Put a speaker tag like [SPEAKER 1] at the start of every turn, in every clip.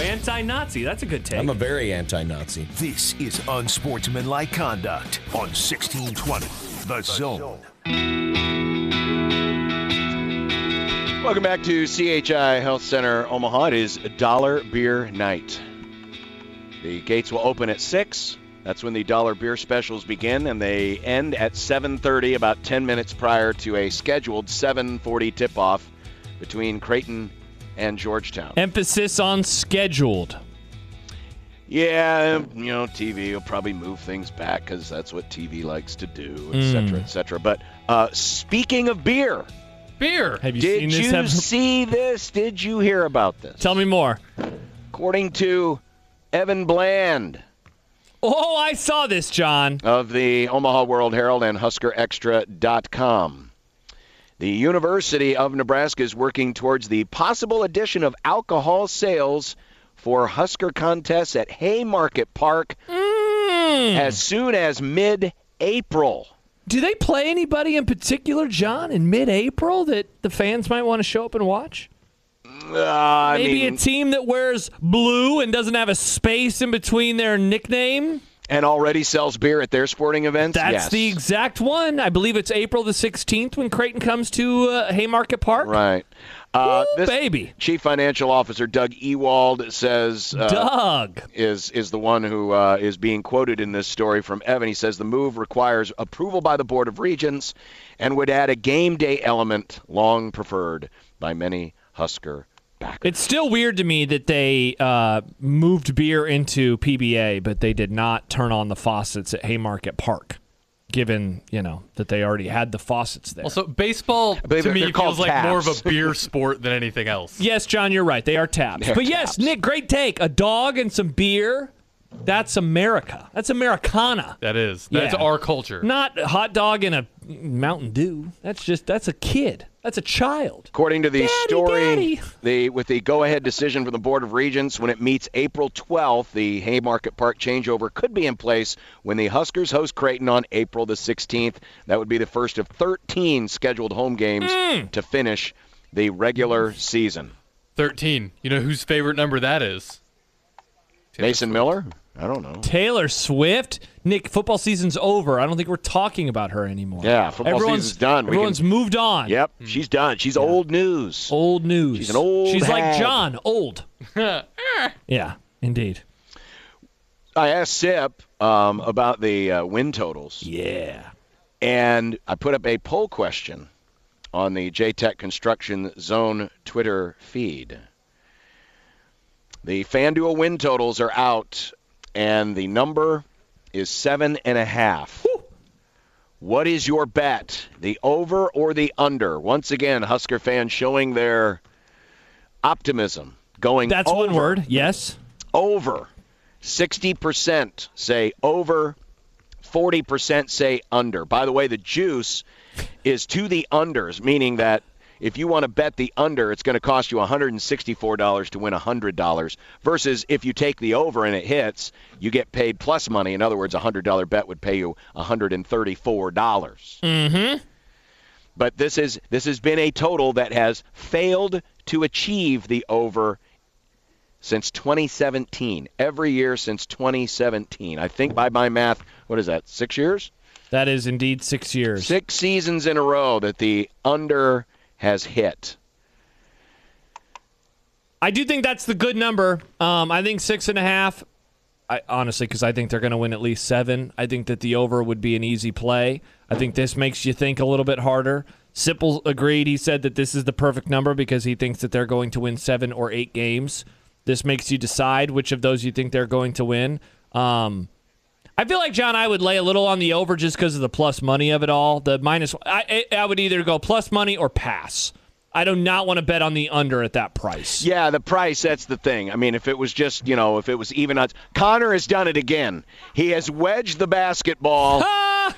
[SPEAKER 1] Anti-Nazi. That's a good take.
[SPEAKER 2] I'm a very anti-Nazi.
[SPEAKER 3] This is unsportsmanlike conduct on 1620 The Zone.
[SPEAKER 4] Welcome back to CHI Health Center Omaha. It is Dollar Beer Night. The gates will open at 6. That's when the dollar beer specials begin and they end at 7:30 about 10 minutes prior to a scheduled 7:40 tip-off between Creighton and Georgetown.
[SPEAKER 1] Emphasis on scheduled.
[SPEAKER 4] Yeah, you know, TV will probably move things back because that's what TV likes to do, et cetera,
[SPEAKER 1] Hmm.
[SPEAKER 4] et cetera. But uh, speaking of beer,
[SPEAKER 1] Beer. Have you seen
[SPEAKER 4] did
[SPEAKER 1] this?
[SPEAKER 4] you
[SPEAKER 1] ever-
[SPEAKER 4] see this? Did you hear about this?
[SPEAKER 1] Tell me more.
[SPEAKER 4] According to Evan Bland
[SPEAKER 1] Oh, I saw this, John.
[SPEAKER 4] of the Omaha World Herald and HuskerExtra.com, the University of Nebraska is working towards the possible addition of alcohol sales for Husker contests at Haymarket Park
[SPEAKER 1] Mm.
[SPEAKER 4] as soon as mid April.
[SPEAKER 1] Do they play anybody in particular, John, in mid-April that the fans might want to show up and watch?
[SPEAKER 4] I
[SPEAKER 1] Maybe
[SPEAKER 4] mean,
[SPEAKER 1] a team that wears blue and doesn't have a space in between their nickname.
[SPEAKER 4] and already sells beer at their sporting events.
[SPEAKER 1] That's
[SPEAKER 4] yes.
[SPEAKER 1] the exact one. I believe it's April the 16th when Creighton comes to uh, Haymarket Park.
[SPEAKER 4] right. Uh,
[SPEAKER 1] Ooh,
[SPEAKER 4] this
[SPEAKER 1] baby.
[SPEAKER 4] Chief Financial Officer Doug Ewald says uh,
[SPEAKER 1] Doug.
[SPEAKER 4] is is the one who uh, is being quoted in this story from Evan. He says the move requires approval by the Board of Regents and would add a game day element long preferred by many Husker backers.
[SPEAKER 1] It's still weird to me that they uh, moved beer into PBA, but they did not turn on the faucets at Haymarket Park, given you know that they already had the faucets there.
[SPEAKER 5] Also, baseball
[SPEAKER 4] believe
[SPEAKER 5] to
[SPEAKER 4] they're-
[SPEAKER 5] me
[SPEAKER 4] they're
[SPEAKER 5] feels
[SPEAKER 4] called
[SPEAKER 5] like more of a
[SPEAKER 4] taps.
[SPEAKER 5] beer sport than anything else.
[SPEAKER 1] yes, John, you're right. They are taps.
[SPEAKER 4] They're
[SPEAKER 1] but yes,
[SPEAKER 4] taps.
[SPEAKER 1] Nick, great take. A dog and some beer. That's America. That's Americana.
[SPEAKER 5] That is. That's
[SPEAKER 1] Yeah.
[SPEAKER 5] our culture.
[SPEAKER 1] Not a hot dog and a Mountain Dew. That's just that's a kid. That's a child.
[SPEAKER 4] According to the
[SPEAKER 1] Daddy,
[SPEAKER 4] story,
[SPEAKER 1] Daddy.
[SPEAKER 4] the with the go-ahead decision from the Board of Regents when it meets April 12th, the Haymarket Park changeover could be in place when the Huskers host Creighton on April the 16th. That would be the first of 13 scheduled home games
[SPEAKER 1] Hmm.
[SPEAKER 4] to finish the regular season.
[SPEAKER 5] 13. You know whose favorite number that is?
[SPEAKER 4] Mason Miller? I don't know.
[SPEAKER 1] Taylor Swift. Nick, football season's over. I don't think we're talking about her anymore.
[SPEAKER 4] Yeah, football
[SPEAKER 1] everyone's,
[SPEAKER 4] season's done. We can-
[SPEAKER 1] Everyone's moved on.
[SPEAKER 4] Yep, she's done. She's old news.
[SPEAKER 1] Hmm. Old news.
[SPEAKER 4] She's an old
[SPEAKER 1] She's like
[SPEAKER 4] hag.
[SPEAKER 1] John, old. yeah, indeed.
[SPEAKER 4] I asked Sip um, about the uh, win totals.
[SPEAKER 1] Yeah.
[SPEAKER 4] And I put up a poll question on the JTech Construction Zone Twitter feed. The FanDuel win totals are out, and the number is seven and a half. What is your bet? The over or the under? Once again, Husker fans showing their optimism going
[SPEAKER 1] That's one
[SPEAKER 4] over,
[SPEAKER 1] word. Yes.
[SPEAKER 4] over. 60% say over, 40% say under. By the way, the juice is to the unders, meaning that if you want to bet the under, it's going to cost you $164 to win $100 versus if you take the over and it hits, you get paid plus money. In other words, a $100 bet would pay you $134. dollars But this is this has been a total that has failed to achieve the over since 2017. Every year since 2017. I think by my math, what is that? 6 years?
[SPEAKER 1] That is indeed six years.
[SPEAKER 4] six seasons in a row that the under has hit.
[SPEAKER 1] I do think that's the good number. Um, I think six and a half. I honestly, because I think they're going to win at least seven. I think that the over would be an easy play. I think this makes you think a little bit harder. Sipple agreed. He said that this is the perfect number because he thinks that they're going to win seven or eight games. This makes you decide which of those you think they're going to win. Um, I feel like John, I would lay a little on the over just because of the plus money of it all. The minus, I, I I would either go plus money or pass. I do not want to bet on the under at that price.
[SPEAKER 4] Yeah, the price, that's the thing. I mean, if it was just, you know, if it was even odds. Connor has done it again. He has wedged the basketball.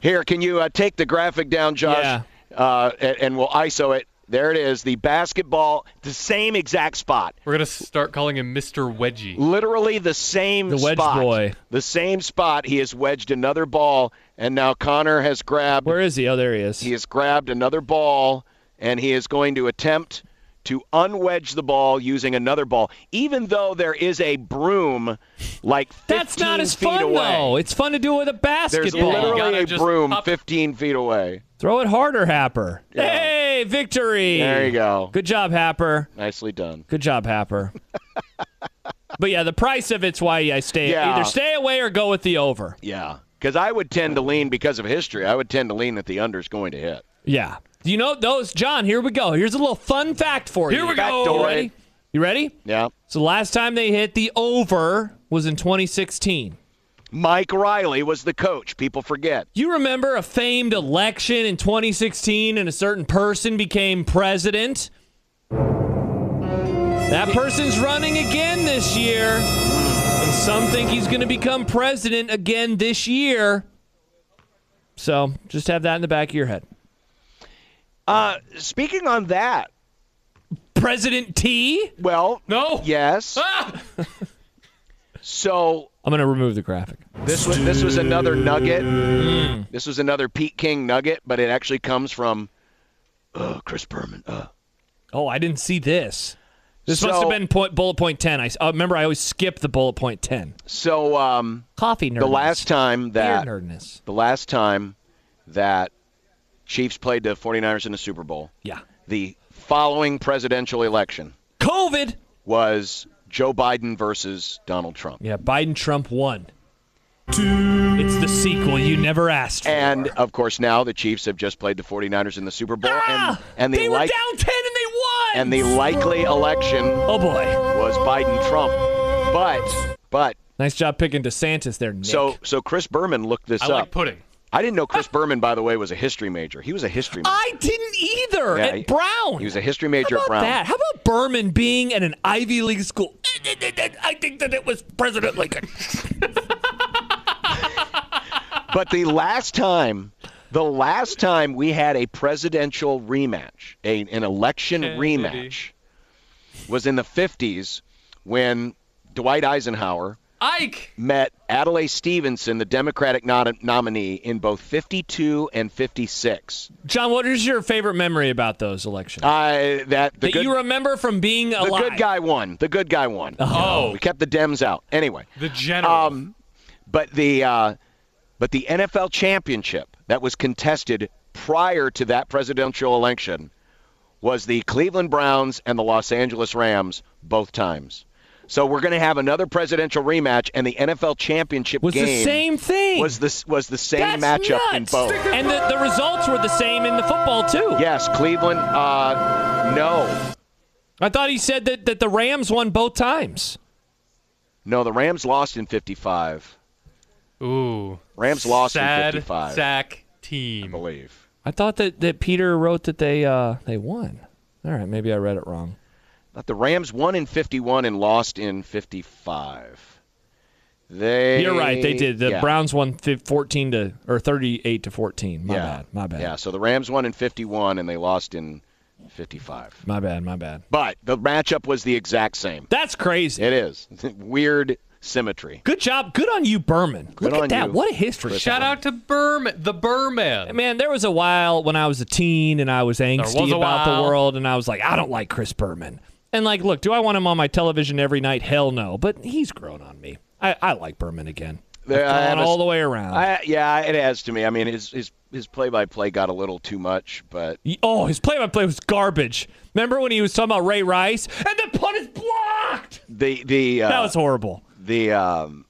[SPEAKER 4] Here, can you uh, take the graphic down, Josh?
[SPEAKER 1] Yeah.
[SPEAKER 4] Uh, and, and we'll ISO it. There it is. The basketball, the same exact spot.
[SPEAKER 5] We're gonna start calling him Mr. Wedgie.
[SPEAKER 4] Literally the same
[SPEAKER 1] The wedge
[SPEAKER 4] spot.
[SPEAKER 1] boy.
[SPEAKER 4] The same spot. He has wedged another ball, and now Connor has grabbed.
[SPEAKER 1] Where is he? Oh, there he is.
[SPEAKER 4] He has grabbed another ball and he is going to attempt to unwedge the ball using another ball, even though there is a broom like 15
[SPEAKER 1] That's not as
[SPEAKER 4] feet
[SPEAKER 1] fun
[SPEAKER 4] away.
[SPEAKER 1] though. It's fun to do with a
[SPEAKER 4] There's
[SPEAKER 1] basketball.
[SPEAKER 4] literally
[SPEAKER 5] gotta
[SPEAKER 4] a
[SPEAKER 5] just
[SPEAKER 4] broom
[SPEAKER 5] pop-
[SPEAKER 4] 15 feet away.
[SPEAKER 1] Throw it harder, Happer. Hey, victory!
[SPEAKER 4] There you go.
[SPEAKER 1] Good job, Happer.
[SPEAKER 4] Nicely done.
[SPEAKER 1] Good job, Happer. but yeah, the price of it's why I stay
[SPEAKER 4] Yeah.
[SPEAKER 1] either stay away or go with the over.
[SPEAKER 4] Yeah. Because I would tend to lean, because of history, I would tend to lean that the under is going to hit.
[SPEAKER 1] Yeah. You know those, John. Here we go. Here's a little fun fact for you.
[SPEAKER 5] Here we go.
[SPEAKER 4] Backdoor
[SPEAKER 1] You
[SPEAKER 4] it.
[SPEAKER 1] ready? You ready?
[SPEAKER 4] Yeah.
[SPEAKER 1] So last time they hit the over was in 2016.
[SPEAKER 4] Mike Riley was the coach. People forget.
[SPEAKER 1] You remember a famed election in 2016 and a certain person became president? That person's running again this year. And some think he's going to become president again this year. So just have that in the back of your head.
[SPEAKER 4] Speaking on that,
[SPEAKER 1] President T?
[SPEAKER 4] well,
[SPEAKER 5] No.
[SPEAKER 4] yes.
[SPEAKER 1] Ah!
[SPEAKER 4] so
[SPEAKER 1] I'm going to remove the graphic.
[SPEAKER 4] This was this was another nugget.
[SPEAKER 1] Hmm.
[SPEAKER 4] This was another Pete King nugget, but it actually comes from uh, Chris Berman. Uh.
[SPEAKER 1] Oh, I didn't see this. This must
[SPEAKER 4] So-
[SPEAKER 1] have been point, bullet point 10. I s- uh, remember I always skip the bullet point 10.
[SPEAKER 4] So um,
[SPEAKER 1] Coffee nerdness.
[SPEAKER 4] the last time
[SPEAKER 1] Beer
[SPEAKER 4] that
[SPEAKER 1] nerdness.
[SPEAKER 4] the last time that Chiefs played the 49ers in the Super Bowl,
[SPEAKER 1] Yeah.
[SPEAKER 4] the following presidential election
[SPEAKER 1] COVID.
[SPEAKER 4] was Joe Biden versus Donald Trump.
[SPEAKER 1] Yeah, Biden Trump won. It's the sequel you never asked for.
[SPEAKER 4] And of course, now the Chiefs have just played the 49ers in the Super Bowl,
[SPEAKER 1] Ah!
[SPEAKER 4] and, and the
[SPEAKER 1] they
[SPEAKER 4] like-
[SPEAKER 1] were down ten and they won.
[SPEAKER 4] and the likely election
[SPEAKER 1] oh boy,
[SPEAKER 4] was Biden Trump, but but
[SPEAKER 1] nice job picking DeSantis there, Nick.
[SPEAKER 4] So so Chris Berman looked this
[SPEAKER 5] I
[SPEAKER 4] up.
[SPEAKER 5] like pudding.
[SPEAKER 4] I didn't know Chris Berman, by the way, was a history major. He was a history major.
[SPEAKER 1] I didn't either
[SPEAKER 4] Yeah,
[SPEAKER 1] at
[SPEAKER 4] he-
[SPEAKER 1] Ah, Brown.
[SPEAKER 4] He was a history major
[SPEAKER 1] How
[SPEAKER 4] at
[SPEAKER 1] about
[SPEAKER 4] Brown.
[SPEAKER 1] that? How about Berman being at an Ivy League school? I think that it was President Lincoln.
[SPEAKER 4] But the last time, the last time we had a presidential rematch, a, an election rematch, was in the 50s when Dwight Eisenhower
[SPEAKER 5] Ike.
[SPEAKER 4] met Adlai Stevenson, the Democratic nom- nominee, in both 52 and 56.
[SPEAKER 1] John, what is your favorite memory about those elections
[SPEAKER 4] I that Uh, the
[SPEAKER 1] that
[SPEAKER 4] good,
[SPEAKER 1] you remember from being
[SPEAKER 4] the
[SPEAKER 1] alive?
[SPEAKER 4] good guy won. The good guy won.
[SPEAKER 5] Oh,
[SPEAKER 4] We kept the Dems out. Anyway.
[SPEAKER 5] the general.
[SPEAKER 4] Um, but the uh, but the NFL championship that was contested prior to that presidential election was the Cleveland Browns and the Los Angeles Rams both times. So we're going to have another presidential rematch, and the NFL championship
[SPEAKER 1] was
[SPEAKER 4] game
[SPEAKER 1] the same thing.
[SPEAKER 4] was the was the same
[SPEAKER 1] That's
[SPEAKER 4] matchup in
[SPEAKER 1] nuts.
[SPEAKER 4] both.
[SPEAKER 1] And the, the results were the same in the football too.
[SPEAKER 4] Yes, Cleveland. Uh, no,
[SPEAKER 1] I thought he said that, that the Rams won both times.
[SPEAKER 4] no, the Rams lost in '55.
[SPEAKER 5] Ooh.
[SPEAKER 4] Rams lost
[SPEAKER 5] Sad
[SPEAKER 4] in '55.
[SPEAKER 5] sack team.
[SPEAKER 4] I believe.
[SPEAKER 1] I thought that, that Peter wrote that they uh, they won. All right, maybe I read it wrong.
[SPEAKER 4] But the Rams won in 51 and lost in 55. They
[SPEAKER 1] You're right, they did. The
[SPEAKER 4] yeah,
[SPEAKER 1] Browns won fif- 14 to or 38 to 14. My
[SPEAKER 4] yeah,
[SPEAKER 1] bad. My bad.
[SPEAKER 4] Yeah, so the Rams won in 51 and they lost in 55.
[SPEAKER 1] My bad. My bad.
[SPEAKER 4] But the matchup was the exact same.
[SPEAKER 1] That's crazy.
[SPEAKER 4] It is weird symmetry.
[SPEAKER 1] Good job. Good on you, Berman. Look
[SPEAKER 4] on
[SPEAKER 1] at that.
[SPEAKER 4] you,
[SPEAKER 1] What a history.
[SPEAKER 5] Shout out to Burman, the Burman.
[SPEAKER 1] Man, there was a while when I was a teen and I was angsty
[SPEAKER 5] was a
[SPEAKER 1] about the
[SPEAKER 5] while.
[SPEAKER 1] world, and I was like, I don't like Chris Berman. And like, look, do I want him on my television every night? Hell no. But he's grown on me. I, I like Berman again.
[SPEAKER 4] There- I
[SPEAKER 1] I've
[SPEAKER 4] have
[SPEAKER 1] gone
[SPEAKER 4] a-
[SPEAKER 1] all the way around.
[SPEAKER 4] I, yeah, it has to me. I mean, his his his play-by-play got a little too much, but
[SPEAKER 1] Y- Oh, his play-by-play was garbage. Remember when he was talking about Ray Rice and the punt is blocked?
[SPEAKER 4] the the uh,
[SPEAKER 1] That was horrible.
[SPEAKER 4] the um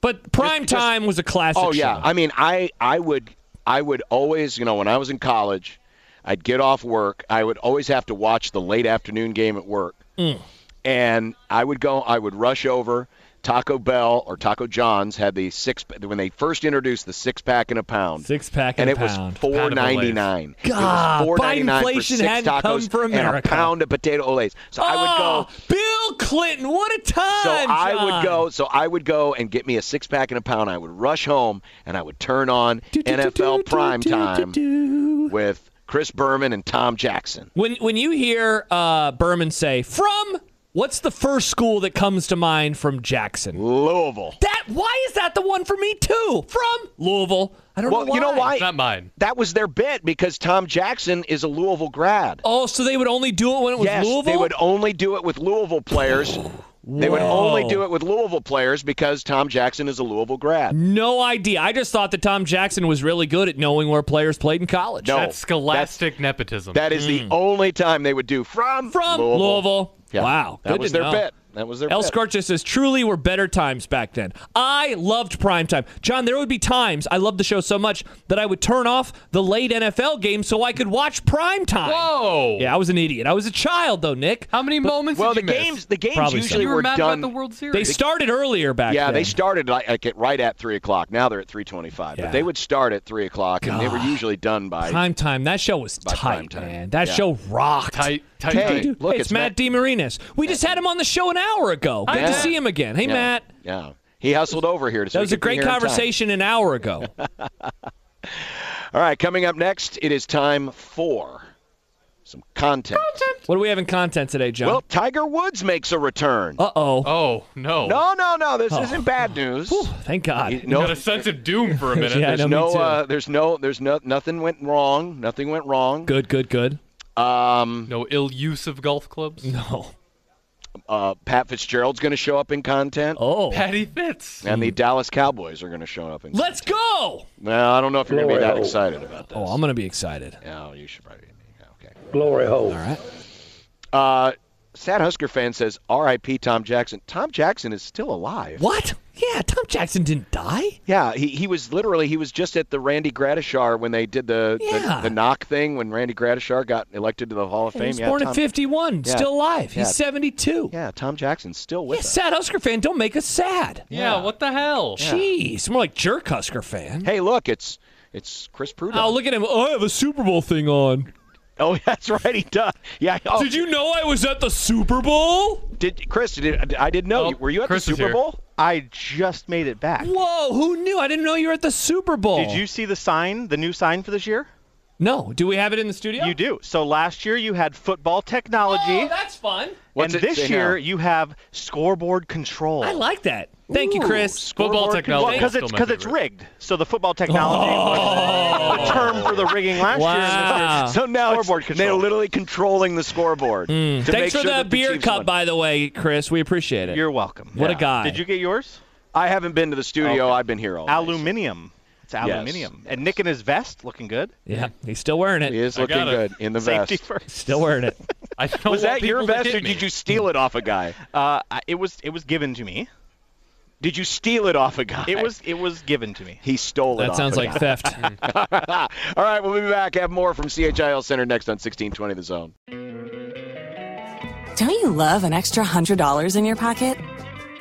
[SPEAKER 1] But prime time was a classic.
[SPEAKER 4] Oh yeah,
[SPEAKER 1] show.
[SPEAKER 4] I mean, I I would I would always, you know, when I was in college, I'd get off work. I would always have to
[SPEAKER 1] Mm.
[SPEAKER 4] watch the late afternoon game at work, and I would go. I would rush over. Taco Bell or Taco John's had the six when they first introduced the six pack and a pound.
[SPEAKER 1] Six pack
[SPEAKER 4] and
[SPEAKER 1] and,
[SPEAKER 4] it
[SPEAKER 1] a pound.
[SPEAKER 4] was four ninety nine.
[SPEAKER 1] God,
[SPEAKER 4] four ninety nine for
[SPEAKER 1] Bidenflation
[SPEAKER 4] six
[SPEAKER 1] hadn't
[SPEAKER 4] tacos
[SPEAKER 1] come for
[SPEAKER 4] and a
[SPEAKER 1] America.
[SPEAKER 4] pound of potato olays. So I would
[SPEAKER 1] oh,
[SPEAKER 4] go.
[SPEAKER 1] Bill Clinton, what a time!
[SPEAKER 4] So I would
[SPEAKER 1] John.
[SPEAKER 4] go. So I would go and get me a six pack and a pound. I would rush home and I would turn on NFL Prime Time with Chris Berman and Tom Jackson.
[SPEAKER 1] When when you hear uh, Berman say from, what's the first school that comes to mind from Jackson?
[SPEAKER 4] Louisville.
[SPEAKER 1] That why is that the one for me too? From Louisville. I don't
[SPEAKER 4] Well,
[SPEAKER 1] know. Why.
[SPEAKER 4] you know why?
[SPEAKER 5] It's not mine.
[SPEAKER 4] That was their bit because Tom Jackson is a Louisville grad.
[SPEAKER 1] Oh, so they would only do it when it was
[SPEAKER 4] yes,
[SPEAKER 1] Louisville.
[SPEAKER 4] they would only do it with Louisville players. They would only
[SPEAKER 1] Whoa.
[SPEAKER 4] do it with Louisville players because Tom Jackson is a Louisville grad.
[SPEAKER 1] No idea. I just thought that Tom Jackson was really good at knowing where players played in college.
[SPEAKER 4] No,
[SPEAKER 5] That's scholastic nepotism.
[SPEAKER 4] That is the only time they would do
[SPEAKER 1] Mm-hmm.
[SPEAKER 4] from
[SPEAKER 1] From Louisville.
[SPEAKER 4] Louisville. Yeah,
[SPEAKER 1] Wow.
[SPEAKER 4] that
[SPEAKER 1] good
[SPEAKER 4] was
[SPEAKER 1] to
[SPEAKER 4] their
[SPEAKER 1] know.
[SPEAKER 4] bit. That was their
[SPEAKER 1] El
[SPEAKER 4] bit.
[SPEAKER 1] Scorcher says, truly were better times back then. I loved prime time. John, there would be times I loved the show so much that I would turn off the late NFL game so I could watch prime time.
[SPEAKER 5] Whoa!
[SPEAKER 1] Yeah, I was an idiot. I was a child, though, Nick.
[SPEAKER 5] Oh! How many moments
[SPEAKER 4] Well, the
[SPEAKER 5] did you miss?
[SPEAKER 4] games the games
[SPEAKER 1] Probably
[SPEAKER 4] usually
[SPEAKER 1] some.
[SPEAKER 5] you were, mad
[SPEAKER 4] done.
[SPEAKER 5] about the World Series.
[SPEAKER 1] They started earlier back
[SPEAKER 4] yeah,
[SPEAKER 1] then.
[SPEAKER 4] they started like, like at right at three o'clock. Now they're at three twenty-five,
[SPEAKER 1] Yeah.
[SPEAKER 4] but they would start at three o'clock, and they were usually done by.
[SPEAKER 1] Prime time. That show was
[SPEAKER 4] prime
[SPEAKER 1] tight,
[SPEAKER 4] time.
[SPEAKER 1] man. That
[SPEAKER 4] Yeah.
[SPEAKER 1] show rocked.
[SPEAKER 5] tight, tight,
[SPEAKER 4] Hey,
[SPEAKER 5] tight.
[SPEAKER 4] look,
[SPEAKER 1] hey,
[SPEAKER 4] it's
[SPEAKER 1] it's Matt DeMarinis. We just had him on the show an hour ago. Good
[SPEAKER 4] Yeah.
[SPEAKER 1] to see him again. Hey,
[SPEAKER 4] yeah,
[SPEAKER 1] Matt.
[SPEAKER 4] Yeah, he hustled over here. To
[SPEAKER 1] That was a great conversation an hour ago.
[SPEAKER 4] All right, coming up next, it is time for some content.
[SPEAKER 1] what do we have in content today, John?
[SPEAKER 4] Well, Tiger Woods makes a return.
[SPEAKER 1] uh oh.
[SPEAKER 5] Oh no!
[SPEAKER 4] No, no, no. This isn't bad news.
[SPEAKER 1] Thank God.
[SPEAKER 4] You-
[SPEAKER 5] You
[SPEAKER 4] No,
[SPEAKER 5] Got a sense of doom for a minute.
[SPEAKER 1] Yeah, I
[SPEAKER 4] there's
[SPEAKER 1] know, me
[SPEAKER 4] no,
[SPEAKER 1] too.
[SPEAKER 4] uh, there's no, there's no, nothing went wrong. Nothing went wrong.
[SPEAKER 1] Good, good, good.
[SPEAKER 4] Um,
[SPEAKER 5] No ill use of golf clubs.
[SPEAKER 1] No.
[SPEAKER 4] uh, Pat Fitzgerald's going to show up in content,
[SPEAKER 1] Oh.
[SPEAKER 5] Patty Fitz.
[SPEAKER 4] and the Dallas Cowboys are going to show up in.
[SPEAKER 1] Let's go.
[SPEAKER 4] Well, I don't know if you're going to be that excited about this.
[SPEAKER 1] Oh, I'm going to be excited.
[SPEAKER 4] No, Oh, you should probably. yeah, Okay.
[SPEAKER 2] Glory
[SPEAKER 1] All
[SPEAKER 2] hole.
[SPEAKER 1] right.
[SPEAKER 4] Uh, Sad Husker fan says, "R.I.P. Tom Jackson." Tom Jackson is still alive.
[SPEAKER 1] What? Yeah, Tom Jackson didn't die.
[SPEAKER 4] Yeah, he, he was literally he was just at the Randy Gratishar when they did the
[SPEAKER 1] Yeah.
[SPEAKER 4] the, the knock thing when Randy Gratishar got elected to the Hall of Fame.
[SPEAKER 1] He was
[SPEAKER 4] yeah,
[SPEAKER 1] born
[SPEAKER 4] Tom,
[SPEAKER 1] in 51,
[SPEAKER 4] Yeah.
[SPEAKER 1] still alive.
[SPEAKER 4] Yeah.
[SPEAKER 1] He's 72.
[SPEAKER 4] Yeah, Tom Jackson's still
[SPEAKER 1] Yeah,
[SPEAKER 4] with us.
[SPEAKER 1] sad Husker fan, don't make us sad.
[SPEAKER 5] Yeah, what the hell?
[SPEAKER 1] Jeez, more like jerk Husker fan.
[SPEAKER 4] Hey, look, it's it's Chris Prudhomme.
[SPEAKER 1] Oh, look at him. Oh, I have a Super Bowl thing on.
[SPEAKER 4] Oh, that's right, he does. Yeah. Oh,
[SPEAKER 1] Did you know I was at the Super Bowl?
[SPEAKER 4] did Chris? Did, I didn't know.
[SPEAKER 5] Oh,
[SPEAKER 4] you Were you at
[SPEAKER 5] Chris
[SPEAKER 4] the
[SPEAKER 5] is
[SPEAKER 4] Super
[SPEAKER 5] here.
[SPEAKER 4] Bowl?
[SPEAKER 6] I just made it back.
[SPEAKER 1] Whoa, who knew? I didn't know you were at the Super Bowl.
[SPEAKER 6] Did you see the sign, the new sign for this year?
[SPEAKER 1] No. Do we have it in the studio?
[SPEAKER 6] You do. So last year you had football technology,
[SPEAKER 1] Oh, that's fun.
[SPEAKER 4] What's
[SPEAKER 6] and
[SPEAKER 4] it say
[SPEAKER 6] this year
[SPEAKER 4] now?
[SPEAKER 6] you have scoreboard control.
[SPEAKER 1] I like that. Thank you, Chris.
[SPEAKER 5] Football technology.
[SPEAKER 6] because
[SPEAKER 5] is
[SPEAKER 6] it's
[SPEAKER 5] still my
[SPEAKER 6] because it's
[SPEAKER 5] favorite.
[SPEAKER 6] rigged. So the football technology was the term for the rigging last
[SPEAKER 1] Oh. Wow.
[SPEAKER 6] year.
[SPEAKER 4] So now it's-
[SPEAKER 6] Scoreboard
[SPEAKER 4] they're
[SPEAKER 6] control.
[SPEAKER 4] literally controlling the scoreboard. to make
[SPEAKER 1] Thanks for
[SPEAKER 4] sure
[SPEAKER 1] the
[SPEAKER 4] that
[SPEAKER 1] beer
[SPEAKER 4] Chiefs
[SPEAKER 1] cup,
[SPEAKER 4] won.
[SPEAKER 1] by the way, Chris. We appreciate it.
[SPEAKER 6] You're welcome.
[SPEAKER 1] What a guy.
[SPEAKER 6] Did you get yours?
[SPEAKER 4] I haven't been to the studio. I've been here all. day, so-
[SPEAKER 6] Aluminium. It's aluminium. And Nick in his vest, looking good.
[SPEAKER 1] yeah, he's still wearing it.
[SPEAKER 4] He is
[SPEAKER 5] I
[SPEAKER 4] looking
[SPEAKER 5] got it.
[SPEAKER 4] good in the
[SPEAKER 6] Safety
[SPEAKER 4] vest.
[SPEAKER 6] first.
[SPEAKER 1] Still wearing it.
[SPEAKER 5] I don't
[SPEAKER 4] Was
[SPEAKER 5] want
[SPEAKER 4] that your
[SPEAKER 5] people to
[SPEAKER 4] vest,
[SPEAKER 5] hit
[SPEAKER 4] or
[SPEAKER 5] me.
[SPEAKER 4] did you steal it off a guy?
[SPEAKER 6] Uh, I- it was it was given to me.
[SPEAKER 4] Did you steal it off a guy?
[SPEAKER 6] It was it was given to me.
[SPEAKER 4] He stole it.
[SPEAKER 1] That
[SPEAKER 4] off
[SPEAKER 1] sounds
[SPEAKER 4] a
[SPEAKER 1] like
[SPEAKER 4] guy.
[SPEAKER 1] theft.
[SPEAKER 4] All right, we'll be back. Have more from CHIL Center next on 1620 The Zone.
[SPEAKER 7] Don't you love an extra $100 in your pocket?